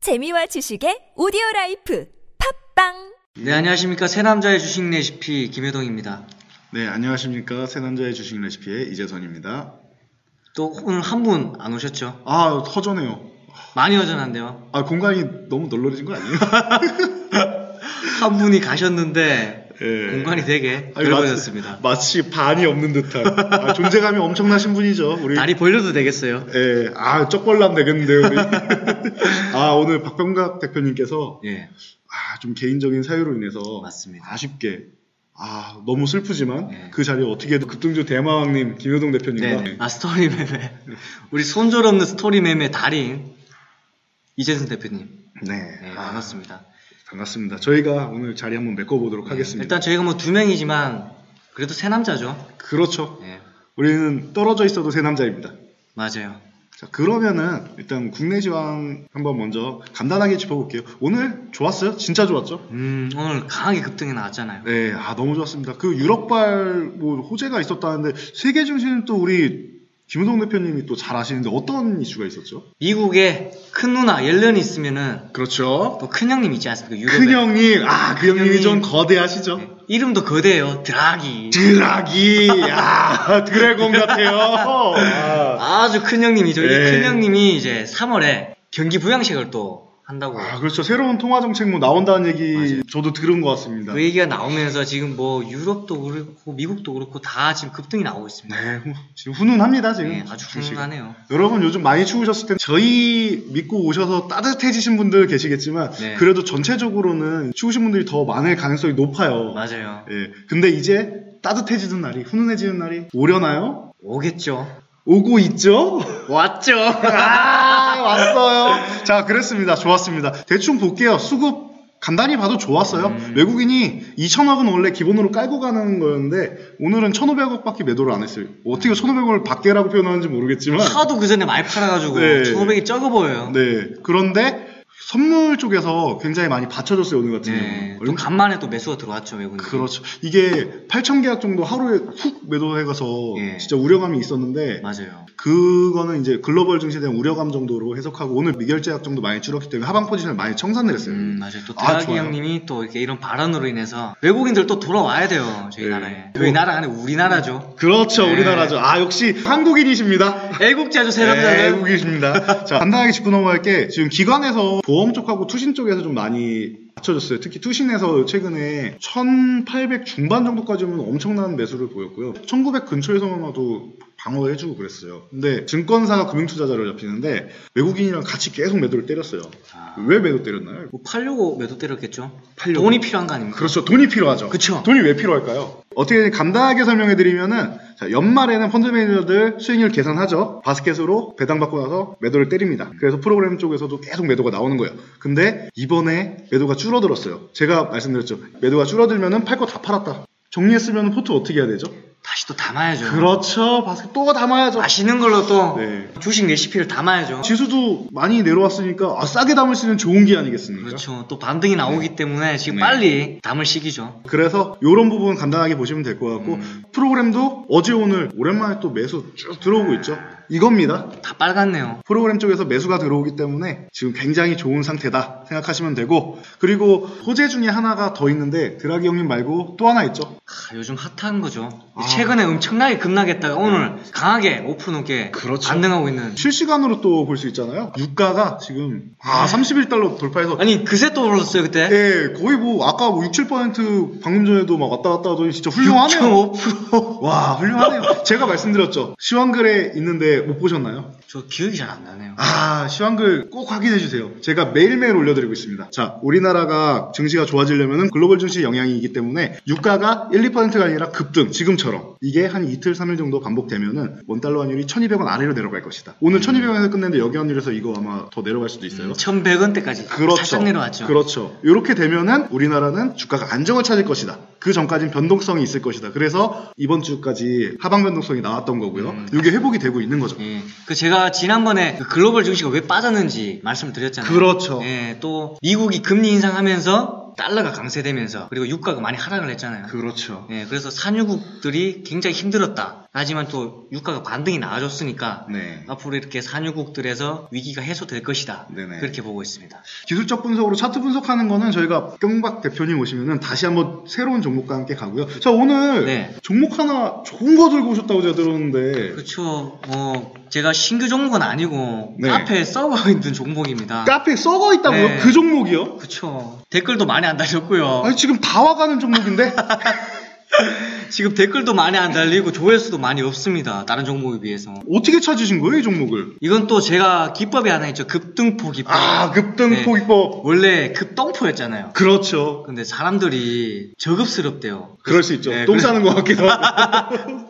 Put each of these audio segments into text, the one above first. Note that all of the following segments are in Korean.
재미와 지식의 오디오 라이프 팝빵! 네, 안녕하십니까. 새남자의 주식 레시피 김효동입니다. 네, 안녕하십니까. 새남자의 주식 레시피의 이재선입니다. 또 오늘 한 분 안 오셨죠? 아, 허전해요. 많이 허전한데요. 아, 공간이 너무 널널해진 거 아니에요? 한 분이 가셨는데 예. 네. 공간이 되게 아니, 넓어졌습니다. 마치, 마치 반이 없는 듯한. 아, 존재감이 엄청나신 분이죠. 우리. 다리 벌려도 되겠어요. 예, 아, 쪽벌남 되겠는데요, 우리. 아, 오늘 박병각 대표님께서, 예, 아, 좀 개인적인 사유로 인해서. 맞습니다. 아쉽게. 아, 너무 슬프지만, 예. 그 자리에 어떻게 해도 급등주 대마왕님, 김효동 대표님과. 네, 아 스토리 매매. 우리 손절 없는 스토리 매매 달인 이재선 대표님 네. 네, 아, 반갑습니다. 반갑습니다. 저희가 오늘 자리 한번 메꿔보도록 하겠습니다. 일단 저희가 뭐 두 명이지만 그래도 새 남자죠. 그렇죠. 예, 우리는 떨어져 있어도 새 남자입니다. 맞아요. 자, 그러면은 일단 국내 지방 한번 먼저 간단하게 짚어볼게요. 오늘 좋았어요? 진짜 좋았죠? 음, 오늘 강하게 급등이 나왔잖아요. 네, 아 너무 좋았습니다. 그 유럽발 뭐 호재가 있었다는데 세계 중심은 또 우리 김은동 대표님이 또 잘 아시는데 어떤 이슈가 있었죠? 미국에 큰 누나 옐런이 있으면은 그렇죠. 또 큰 형님 있지 않습니까? 유럽에. 큰 형님, 아, 그 형님이 형님. 좀 거대하시죠? 네, 이름도 거대해요. 드라기. 드라기, 아, 드래곤 같아요. 아, 아주 큰 형님이죠. 이 네. 큰 형님이 이제 3월에 경기 부양식을 또 한다고. 아, 그렇죠. 새로운 통화 정책 뭐 나온다는 얘기 맞아요. 저도 들은 것 같습니다. 그 얘기가 나오면서 지금 뭐 유럽도 그렇고 미국도 그렇고 다 지금 급등이 나오고 있습니다. 네, 후- 지금 훈훈합니다 지금. 네, 아주 주식은. 훈훈하네요. 여러분 요즘 많이 추우셨을 텐데 저희 믿고 오셔서 따뜻해지신 분들 계시겠지만 네. 그래도 전체적으로는 추우신 분들이 더 많을 가능성이 높아요. 맞아요. 예, 근데 이제 따뜻해지는 날이 훈훈해지는 날이 오려나요? 오겠죠. 오고 있죠? 왔죠. 아 왔어요. 자 그랬습니다. 좋았습니다. 대충 볼게요. 수급 간단히 봐도 좋았어요. 음. 외국인이 2천억은 원래 기본으로 깔고 가는 거였는데 오늘은 1,500억밖에 매도를 안 했어요. 어떻게 1,500억을 밖에라고 표현하는지 모르겠지만 하도 그 전에 많이 팔아가지고 네. 1,500이 적어 보여요. 네. 네. 그런데 선물 쪽에서 굉장히 많이 받쳐줬어요 오늘 같은 경우. 네, 또 간만에 또 매수가 들어왔죠, 외국인. 그렇죠. 이게 8천 계약 정도 하루에 훅 매도해가서 예. 진짜 우려감이 있었는데 맞아요. 그거는 이제 글로벌 증시에 대한 우려감 정도로 해석하고 오늘 미결제약 정도 많이 줄었기 때문에 하방 포지션을 많이 청산을 했어요. 음, 맞아요. 또 아, 드라기 좋아요. 형님이 또 이렇게 이런 발언으로 인해서 외국인들 또 돌아와야 돼요. 저희 네. 나라에. 저희 나라 아니 우리나라죠. 그렇죠. 네. 우리나라죠. 아 역시 한국인이십니다. 애국자죠, 새 네, 남자는. 외국이십니다. 자, 간단하게 짚고 넘어갈 게 지금 기관에서 보험 쪽하고 투신 쪽에서 좀 많이 받쳐줬어요. 특히 투신에서 최근에 1800 중반 정도까지 오면 엄청난 매수를 보였고요. 1900 근처에서만도 방어를 해주고 그랬어요. 근데 증권사가 금융투자자로 잡히는데 외국인이랑 같이 계속 매도를 때렸어요. 아, 왜 매도 때렸나요? 뭐 팔려고 매도 때렸겠죠? 팔려고. 돈이 필요한 거 아닙니까? 그렇죠. 돈이 필요하죠. 그쵸. 돈이 왜 필요할까요? 어떻게 간단하게 설명해 드리면은 자, 연말에는 펀드 매니저들 수익률 계산하죠. 바스켓으로 배당받고 나서 매도를 때립니다. 그래서 프로그램 쪽에서도 계속 매도가 나오는 거예요. 근데 이번에 매도가 줄어들었어요. 제가 말씀드렸죠. 매도가 줄어들면은 팔 거 다 팔았다. 정리했으면 포트 어떻게 해야 되죠? 다시 또 담아야죠. 그렇죠. 바스켓 또 담아야죠. 맛있는 걸로 또 네. 주식 레시피를 담아야죠. 지수도 많이 내려왔으니까 아, 싸게 담을 수 있는 좋은 기 아니겠습니까? 그렇죠. 또 반등이 나오기 때문에 지금 네. 빨리 담을 시기죠. 그래서 이런 부분 간단하게 보시면 될 것 같고 음. 프로그램도 어제 오늘 오랜만에 또 매수 쭉 들어오고 있죠. 이겁니다. 다 빨갛네요. 프로그램 쪽에서 매수가 들어오기 때문에 지금 굉장히 좋은 상태다 생각하시면 되고 그리고 호재 중에 하나가 더 있는데 드라기 형님 말고 또 하나 있죠. 하, 아, 요즘 핫한 거죠. 아. 네. 최근에 엄청나게 급락했다가 오늘 강하게 5% 넘게 그렇죠. 반등하고 있는. 실시간으로 또 볼 수 있잖아요. 유가가 지금 아 31달러 돌파해서 네. 아니 네. 그새 또 올랐어요 그때. 예, 거의 뭐 아까 뭐 6, 7% 방금 전에도 막 왔다 갔다 하더니 진짜 훌륭하네요. 6.5%. 와, 훌륭하네요. 제가 말씀드렸죠. 시황글에 있는데 못 보셨나요? 저 기억이 잘 안 나네요. 아, 시황글 꼭 확인해 주세요. 제가 매일매일 올려드리고 있습니다. 자, 우리나라가 증시가 좋아지려면 글로벌 증시 영향이기 때문에 유가가 1, 2%가 아니라 급등, 지금처럼. 이게 한 이틀, 3일 정도 반복되면은 원달러 환율이 1200원 아래로 내려갈 것이다. 오늘 1200원에서 끝냈는데 여기 환율에서 이거 아마 더 내려갈 수도 있어요. 1,100원대까지 그렇죠. 음, 살짝 내려왔죠. 그렇죠. 이렇게 되면은 우리나라는 주가가 안정을 찾을 것이다. 그 전까지는 변동성이 있을 것이다. 그래서 이번 주까지 하방 변동성이 나왔던 거고요. 음. 이게 회복이 되고 있는 거죠. 예. 그 제가 지난번에 그 글로벌 증시가 왜 빠졌는지 말씀을 드렸잖아요. 그렇죠. 예. 또 미국이 금리 인상하면서 달러가 강세되면서 그리고 유가가 많이 하락을 했잖아요. 그렇죠. 예, 그래서 산유국들이 굉장히 힘들었다. 하지만 또 유가가 반등이 나아졌으니까 네. 앞으로 이렇게 산유국들에서 위기가 해소될 것이다. 네네. 그렇게 보고 있습니다. 기술적 분석으로 차트 분석하는 거는 저희가 경박 대표님 오시면은 다시 한번 새로운 종목과 함께 가고요. 자, 오늘 네. 종목 하나 좋은 거 들고 오셨다고 제가 들었는데 그렇죠. 뭐 제가 신규 종목은 아니고 네. 카페에 써 있는 종목입니다. 카페에 썩어 있다고요? 네. 어. 그 종목이요? 그렇죠. 댓글도 많이 안 달렸고요. 아니, 지금 다 와가는 종목인데? 지금 댓글도 많이 안 달리고 조회수도 많이 없습니다. 다른 종목에 비해서. 어떻게 찾으신 거예요, 이 종목을? 이건 또 제가 기법이 하나 있죠. 급등포 기법. 아, 네. 급등포기법. 원래 급동포였잖아요. 그렇죠. 근데 사람들이 저급스럽대요. 그럴 수 있죠. 네, 똥 그래- 싸는 것 같기도 하고.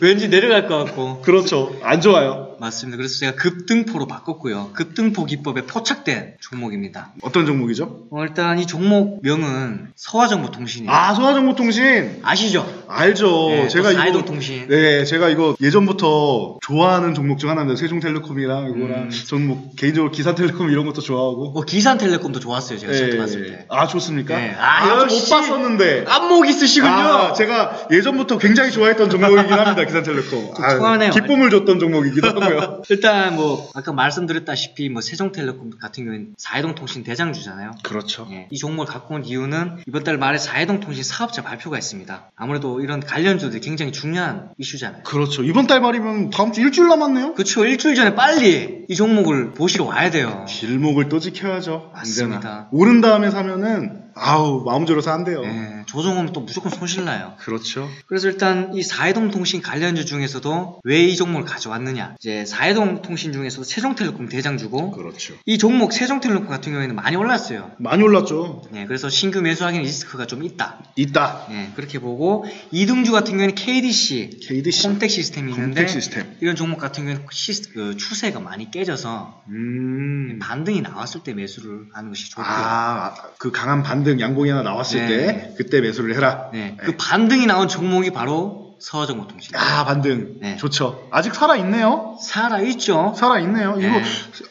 왠지 내려갈 것 같고. 그렇죠. 안 좋아요. 맞습니다. 그래서 제가 급등포로 바꿨고요. 급등포 기법에 포착된 종목입니다. 어떤 종목이죠? 어, 일단 이 종목명은 서화정보통신이에요. 아, 소화정보통신. 시죠 알죠. 네, 제가 또 이거 사이동통신. 네, 제가 이거 예전부터 좋아하는 종목 중 하나입니다. 세종텔레콤이랑 이거랑 음. 저는 뭐 개인적으로 기사텔레콤 이런 것도 좋아하고. 어, 기산텔레콤도 좋았어요. 제가 시험 봤을 네. 예, 때. 아 좋습니까? 네. 아, 아, 저못 역시. 봤었는데. 안목 있으시군요. 아, 제가 예전부터 굉장히 좋아했던 종목이긴 합니다. 그 기산텔레콤. 아, 통하네요. 기쁨을 줬던 종목이기도 하고요. 일단 뭐 아까 말씀드렸다시피 뭐 세종텔레콤 같은 경우는 사회동통신 대장주잖아요. 그렇죠. 예, 이 종목을 갖고 온 이유는 이번 달 말에 사회동통신 사업자 발표가 있습니다. 아무래도 이런 관련주들이 굉장히 중요한 이슈잖아요. 그렇죠. 이번 달 말이면 다음 주 일주일 남았네요. 그쵸 일주일 전에 빨리 이 종목을 보시러 와야 돼요. 길목을 또 지켜야죠. 맞습니다. 언제나. 오른 다음에 사면은 아우 마음 졸여서 안 돼요. 예, 조종하면 또 무조건 손실 나요. 그렇죠. 그래서 일단 이 사회동 통신 관련주 중에서도 왜 이 종목을 가져왔느냐. 이제 사회동 통신 중에서도 세종텔레콤 대장주고 그렇죠. 이 종목 세종텔레콤 같은 경우에는 많이 올랐어요. 많이 올랐죠. 예, 그래서 신규 매수하기는 리스크가 좀 있다. 있다. 예, 그렇게 보고 이등주 같은 경우에는 KDC, KDC. 콤텍 시스템이 있는데 콤텍 시스템. 이런 종목 같은 경우는 시- 그 추세가 많이 깨져서 음. 반등이 나왔을 때 매수를 하는 것이 좋고요. 아, 그 강한 반등 양봉이나 나왔을 네. 때 그때 매수를 해라. 네, 그 반등이 나온 종목이 바로 서화정보통신. 아, 반등. 네. 좋죠. 아직 살아 있네요. 살아 있죠. 살아 있네요. 이거 네.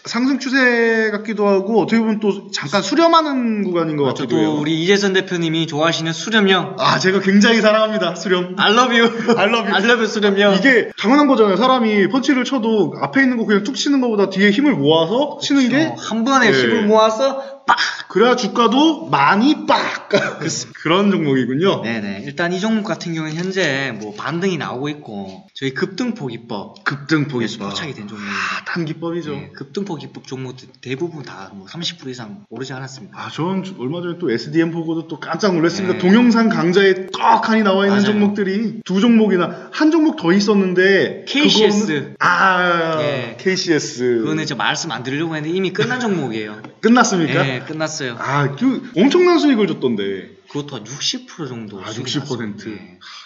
상승 추세 같기도 하고 어떻게 보면 또 잠깐 수렴하는 구간인 것 같기도 해요. 아, 저도 우리 이재선 대표님이 좋아하시는 수렴형. 아, 제가 굉장히 사랑합니다. 수렴. 알러뷰. I love you. 알러뷰 수렴형. 이게 당연한 거잖아요. 사람이 펀치를 쳐도 앞에 있는 거 그냥 툭 치는 것보다 뒤에 힘을 모아서 치는 게 어, 한 번에 네. 힘을 모아서 빡. 그래야 주가도 많이 빡 그런 종목이군요. 네네. 일단 이 종목 같은 경우는 현재 뭐 반등이 나오고 있고 저희 급등포 기법. 급등폭 예, 포착이 된 종목입니다. 아, 단 기법이죠. 예, 급등포 기법 종목들 대부분 다 뭐 30% 이상 오르지 않았습니다. 아, 전 얼마 전에 또 SDM 보고도 또 깜짝 놀랐습니다. 네. 동영상 강좌에 떡하니 나와 있는 맞아요. 종목들이 두 종목이나 한 종목 더 있었는데 KCS. 그거는- 아 예. KCS 그거는 이제 말씀 안 드리려고 했는데 이미 끝난 종목이에요. 끝났습니까? 예, 끝났어요. 아, 그 엄청난 수익을 줬던데. 그것도 한 60% 정도. 아, 수익이 60%. 났어요.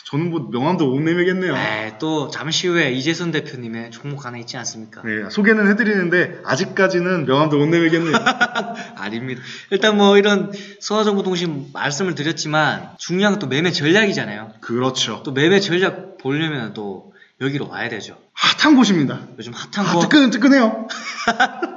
저는 뭐 명함도 못 내밀겠네요. 예. 에이, 또 잠시 후에 이재선 대표님의 종목 하나 있지 않습니까? 네, 소개는 해드리는데 아직까지는 명함도 못 내밀겠네요. 아닙니다. 일단 뭐 이런 서화정보통신 말씀을 드렸지만 중요한 건 또 매매 전략이잖아요. 그렇죠. 또 매매 전략 보려면 또 여기로 와야 되죠. 핫한 곳입니다. 요즘 핫한 아, 거 뜨끈 뜨끈해요.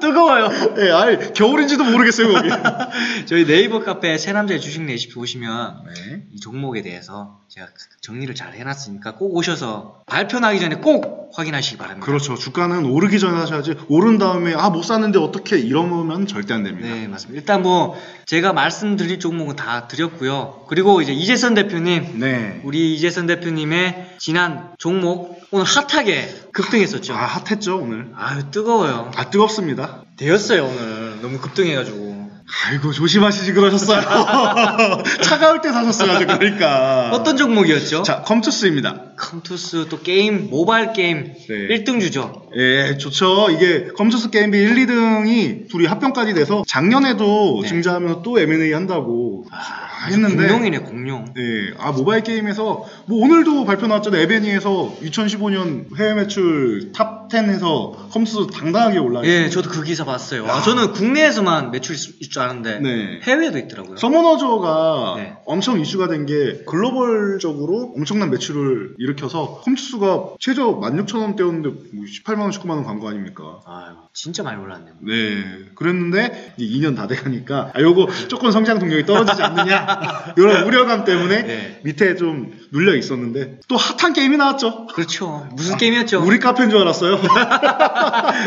뜨거워요. 예, 아 겨울인지도 모르겠어요 거기. 저희 네이버 카페 새남자의 주식 레시피 오시면 네. 이 종목에 대해서 제가 정리를 잘 해놨으니까 꼭 오셔서 발표 나기 전에 꼭 확인하시기 바랍니다. 그렇죠. 주가는 오르기 전에 하셔야지 오른 다음에 아 못 샀는데 어떻게 이러면 절대 안 됩니다. 네, 맞습니다. 일단 뭐 제가 말씀드릴 종목은 다 드렸고요. 그리고 이제 이재선 대표님, 네. 우리 이재선 대표님의 지난 종목 오늘 핫하게 급등했었죠. 아 핫했죠 오늘. 아유 뜨거워요. 아 뜨겁습니다. 되었어요 오늘 너무 급등해가지고. 아이고 조심하시지 그러셨어요. 차가울 때 사셨어야죠 그러니까. 어떤 종목이었죠? 자 검투스입니다. 컴투스 또 게임 모바일 게임 네. 1등 주죠. 예, 좋죠. 이게 검투스 게임비 1, 2등이 둘이 합병까지 돼서 작년에도 네. 증자하면 또 M&A 한다고 아, 했는데. 공룡이네 공룡. 예, 아 모바일 게임에서 뭐 오늘도 발표 나왔잖아요. 에베니에서 2015년 해외 매출 탑 탑10에서 컴스도 당당하게 올라. 예, 저도 그 기사 봤어요. 와, 아, 야. 저는 국내에서만 매출이 있- 있을 줄 알았는데 네. 해외에도 있더라고요. 서머너저가 네. 엄청 이슈가 된 게 글로벌적으로 엄청난 매출을 일으켜서 컴투스가 최저 16,000원대였는데 뭐 18만원, 19만원 광고 아닙니까? 아유, 진짜 많이 올랐네요. 네. 그랬는데 이제 2년 다 돼가니까 아, 요거 조금 성장 동력이 떨어지지 않느냐 이런 우려감 때문에 네. 밑에 좀 눌려 있었는데 또 핫한 게임이 나왔죠. 그렇죠. 무슨 게임이었죠? 아, 우리 카페인 줄 알았어요.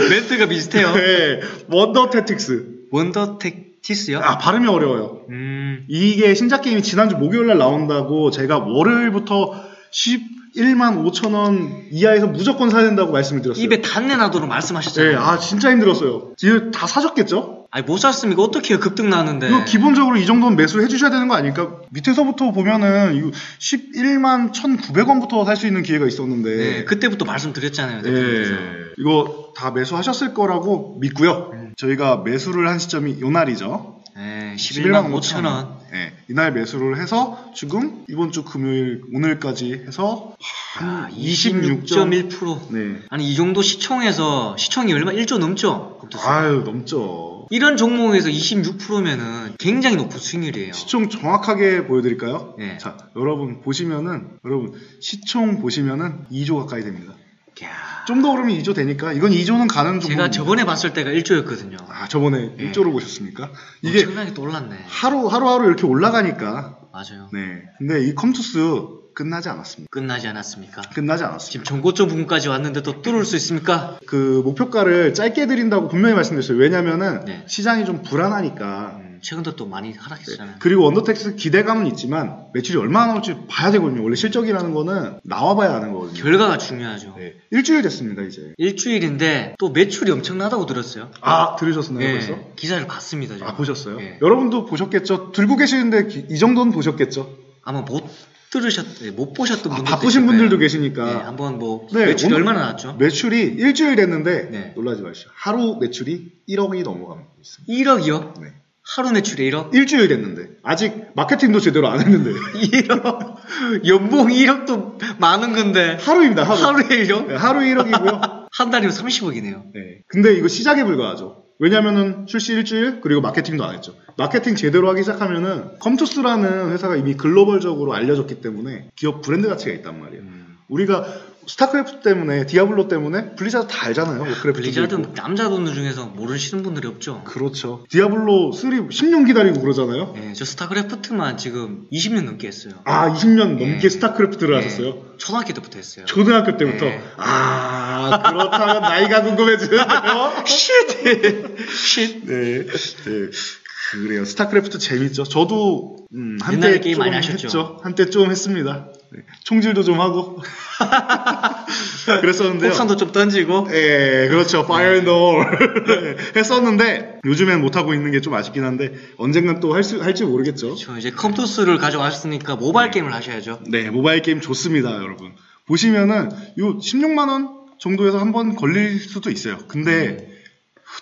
멘트가 비슷해요. 네. 원더 테틱스. 원더 택티스요? 아 발음이 어려워요. 음, 이게 신작 게임이 지난주 목요일날 나온다고 제가 월요일부터 11만 5천 원 이하에서 무조건 사야 된다고 말씀을 드렸어요. 입에 단내 나도록 네, 말씀하셨잖아요. 아 진짜 힘들었어요. 이거 다 사셨겠죠? 아니, 못 샀으면 이거 어떻게 해요? 급등 나는데. 이거 기본적으로 이 정도는 매수해 주셔야 되는 거 아닐까? 밑에서부터 보면은 이거 11만 1,900원부터 살 수 있는 기회가 있었는데 네, 그때부터 말씀드렸잖아요. 대표님께서. 예, 이거 다 매수하셨을 거라고 믿고요. 저희가 매수를 한 시점이 요 날이죠. 네, 11만 5천 원. 예, 이날 매수를 해서 지금 이번 주 금요일 오늘까지 해서 아, 한 26.1. 26.1%. 네. 아니, 이 정도 시청에서, 시청이 얼마? 1조 넘죠? 곱도수. 아유 넘죠. 이런 종목에서 26%면은 굉장히 높은 수익률이에요. 시총 정확하게 보여드릴까요? 네. 자, 여러분 보시면은 여러분 시총 보시면은 2조 가까이 됩니다. 이야, 좀 더 오르면 2조 되니까 이건 2조는 가는 종목. 제가 저번에 봤을 때가 1조였거든요. 뭐. 아 저번에 예. 1조로 보셨습니까? 이게 엄청나게 또 올랐네. 하루 하루하루 이렇게 올라가니까 맞아요. 네. 근데 이 컴투스 끝나지 않았습니다. 끝나지 않았습니까? 끝나지 않았습니다. 지금 전고점 부분까지 왔는데 또 뚫을 수 있습니까? 그 목표가를 짧게 드린다고 분명히 말씀드렸어요. 왜냐면은 네. 시장이 좀 불안하니까. 음, 그렇죠. 최근도 또 많이 하락했잖아요. 그리고 언더텍스 기대감은 있지만 매출이 얼마나 나올지 봐야 되거든요. 원래 실적이라는 거는 나와봐야 아는 거거든요. 결과가 중요하죠. 네. 일주일 됐습니다 이제. 일주일인데 또 매출이 엄청나다고 들었어요. 아 들으셨나요 네, 벌써? 기사를 봤습니다. 제가. 아 보셨어요? 예. 여러분도 보셨겠죠. 들고 계시는데 기- 이 정도는 보셨겠죠. 아마 못 들으셨, 네, 못 보셨던 아, 분들 바쁘신 분들도 계시니까 네, 한번 뭐 네, 매출이 오늘- 얼마나 나왔죠? 매출이 일주일 됐는데 네. 놀라지 마시오. 하루 매출이 1억이 넘어가고 있습니다. 1억이요? 네. 하루 매출에 1억? 일주일 됐는데 아직 마케팅도 제대로 안 했는데 1억? 연봉 1억도 많은 건데 하루입니다 하루 하루에 1억? 네, 하루 1억이고요 한 달이면 30억이네요. 근데 이거 시작에 불과하죠 왜냐면은 출시 일주일 그리고 마케팅도 안 했죠 마케팅 제대로 하기 시작하면은 컴투스라는 회사가 이미 글로벌적으로 알려졌기 때문에 기업 브랜드 가치가 있단 말이에요 우리가 스타크래프트 때문에 디아블로 때문에 블리자드 다 알잖아요 그 워크래프트도 그 블리자드 있고. 남자분들 중에서 모르시는 분들이 없죠. 그렇죠 디아블로 3 10년 기다리고 그러잖아요 네, 저 스타크래프트만 지금 20년 넘게 했어요. 아 20년 넘게 네. 스타크래프트를 네, 하셨어요 초등학교 때부터 했어요. 초등학교 때부터 네. 아 그렇다면 나이가 궁금해지네요. 쉿. 네, 네. 그래요. 스타크래프트 재밌죠. 저도 음, 한때 옛날에 게임 좀 많이 하셨죠? 했죠. 한때 좀 했습니다. 네. 총질도 좀 하고 그랬었는데요. 폭탄도 좀 던지고. 예, 그렇죠. 파이어놀 네. 했었는데 요즘엔 못 하고 있는 게 좀 아쉽긴 한데 언젠간 또 할 수 할지 모르겠죠. 저 이제 컴투스를 가져왔으니까 모바일 게임을 하셔야죠. 네, 모바일 게임 좋습니다, 여러분. 보시면은 요 16만 원 정도에서 한 번 걸릴 수도 있어요. 근데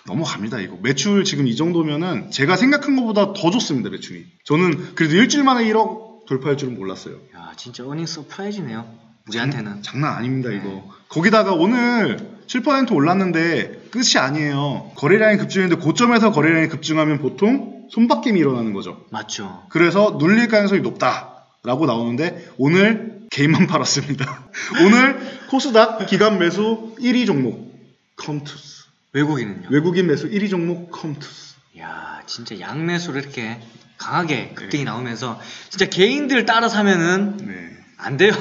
넘어갑니다, 이거. 매출 지금 이 정도면은 제가 생각한 것보다 더 좋습니다, 매출이. 저는 그래도 일주일 만에 1억 돌파할 줄은 몰랐어요. 야, 진짜 어닝 서프라이즈네요. 우리한테는. 장난 아닙니다, 이거. 네. 거기다가 오늘 7% 올랐는데 끝이 아니에요. 거래량이 급증했는데 고점에서 거래량이 급증하면 보통 손바뀜이 일어나는 거죠. 맞죠. 그래서 눌릴 가능성이 높다라고 나오는데 오늘 개인만 팔았습니다. 오늘 코스닥 기간 매수 1위 종목 컴투스 외국인은요. 외국인 매수 1위 종목 컴투스 야, 진짜 양매수로 이렇게 강하게 급등이 나오면서 진짜 개인들 따라 사면은 네. 안 돼요.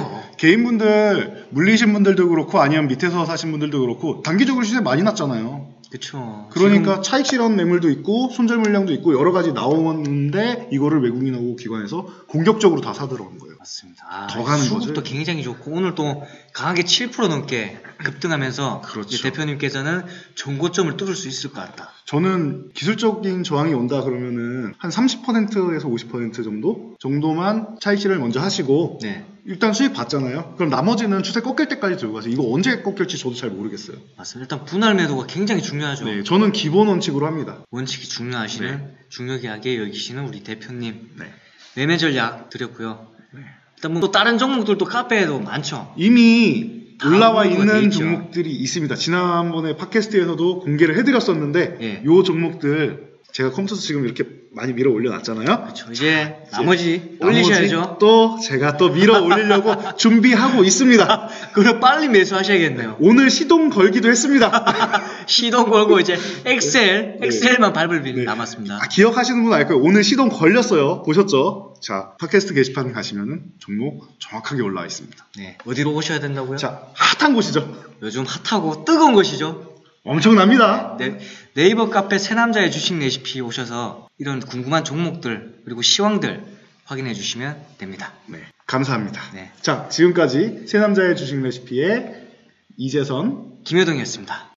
개인분들 물리신 분들도 그렇고 아니면 밑에서 사신 분들도 그렇고 단기적으로 시세 많이 났잖아요. 그쵸. 그러니까 차익 실현 매물도 있고 손절 물량도 있고 여러 가지 나오는데 이거를 외국인하고 기관에서 공격적으로 다 사들어온 거예요. 맞습니다. 아, 더 가는 수급도 거죠. 굉장히 좋고 오늘 또 강하게 7% 넘게 급등하면서 그렇죠. 이제 대표님께서는 전고점을 뚫을 수 있을 것 같다. 저는 기술적인 저항이 온다 그러면은 한 30%에서 50% 정도 정도만 차익 실을 먼저 하시고 네, 일단 수익 받잖아요. 그럼 나머지는 추세 꺾일 때까지 들고 가세요. 이거 언제 꺾일지 저도 잘 모르겠어요. 맞습니다. 일단 분할 매도가 굉장히 중요하죠. 네, 저는 기본 원칙으로 합니다. 원칙이 중요하시는 중요하게 여기시는 우리 대표님 네. 매매 전략 드렸고요. 일단 뭐 또 다른 종목들도 카페에도 많죠. 이미 다 올라와 공개가 돼 있는 있죠. 종목들이 있습니다. 지난번에 팟캐스트에서도 공개를 해드렸었는데 예. 요 종목들 제가 컴퓨터 지금 이렇게 많이 밀어 올려놨잖아요. 그렇죠. 이제 나머지 올리셔야죠. 나머지 또 제가 또 밀어 올리려고 준비하고 있습니다. 그럼 빨리 매수하셔야겠네요. 오늘 시동 걸기도 했습니다. 시동 걸고 이제 엑셀, 네. 엑셀만 밟을 일이 네. 남았습니다. 아, 기억하시는 분알 거예요. 오늘 시동 걸렸어요. 보셨죠? 자, 팟캐스트 게시판 가시면은 종목 정확하게 올라와 있습니다. 네. 어디로 오셔야 된다고요? 자, 핫한 곳이죠. 요즘 핫하고 뜨거운 것이죠. 엄청납니다. 네, 네이버 카페 새남자의 주식 레시피 오셔서 이런 궁금한 종목들 그리고 시황들 확인해 주시면 됩니다. 네, 감사합니다. 네. 자, 지금까지 새 남자의 주식 레시피의 이재선 김효동이었습니다.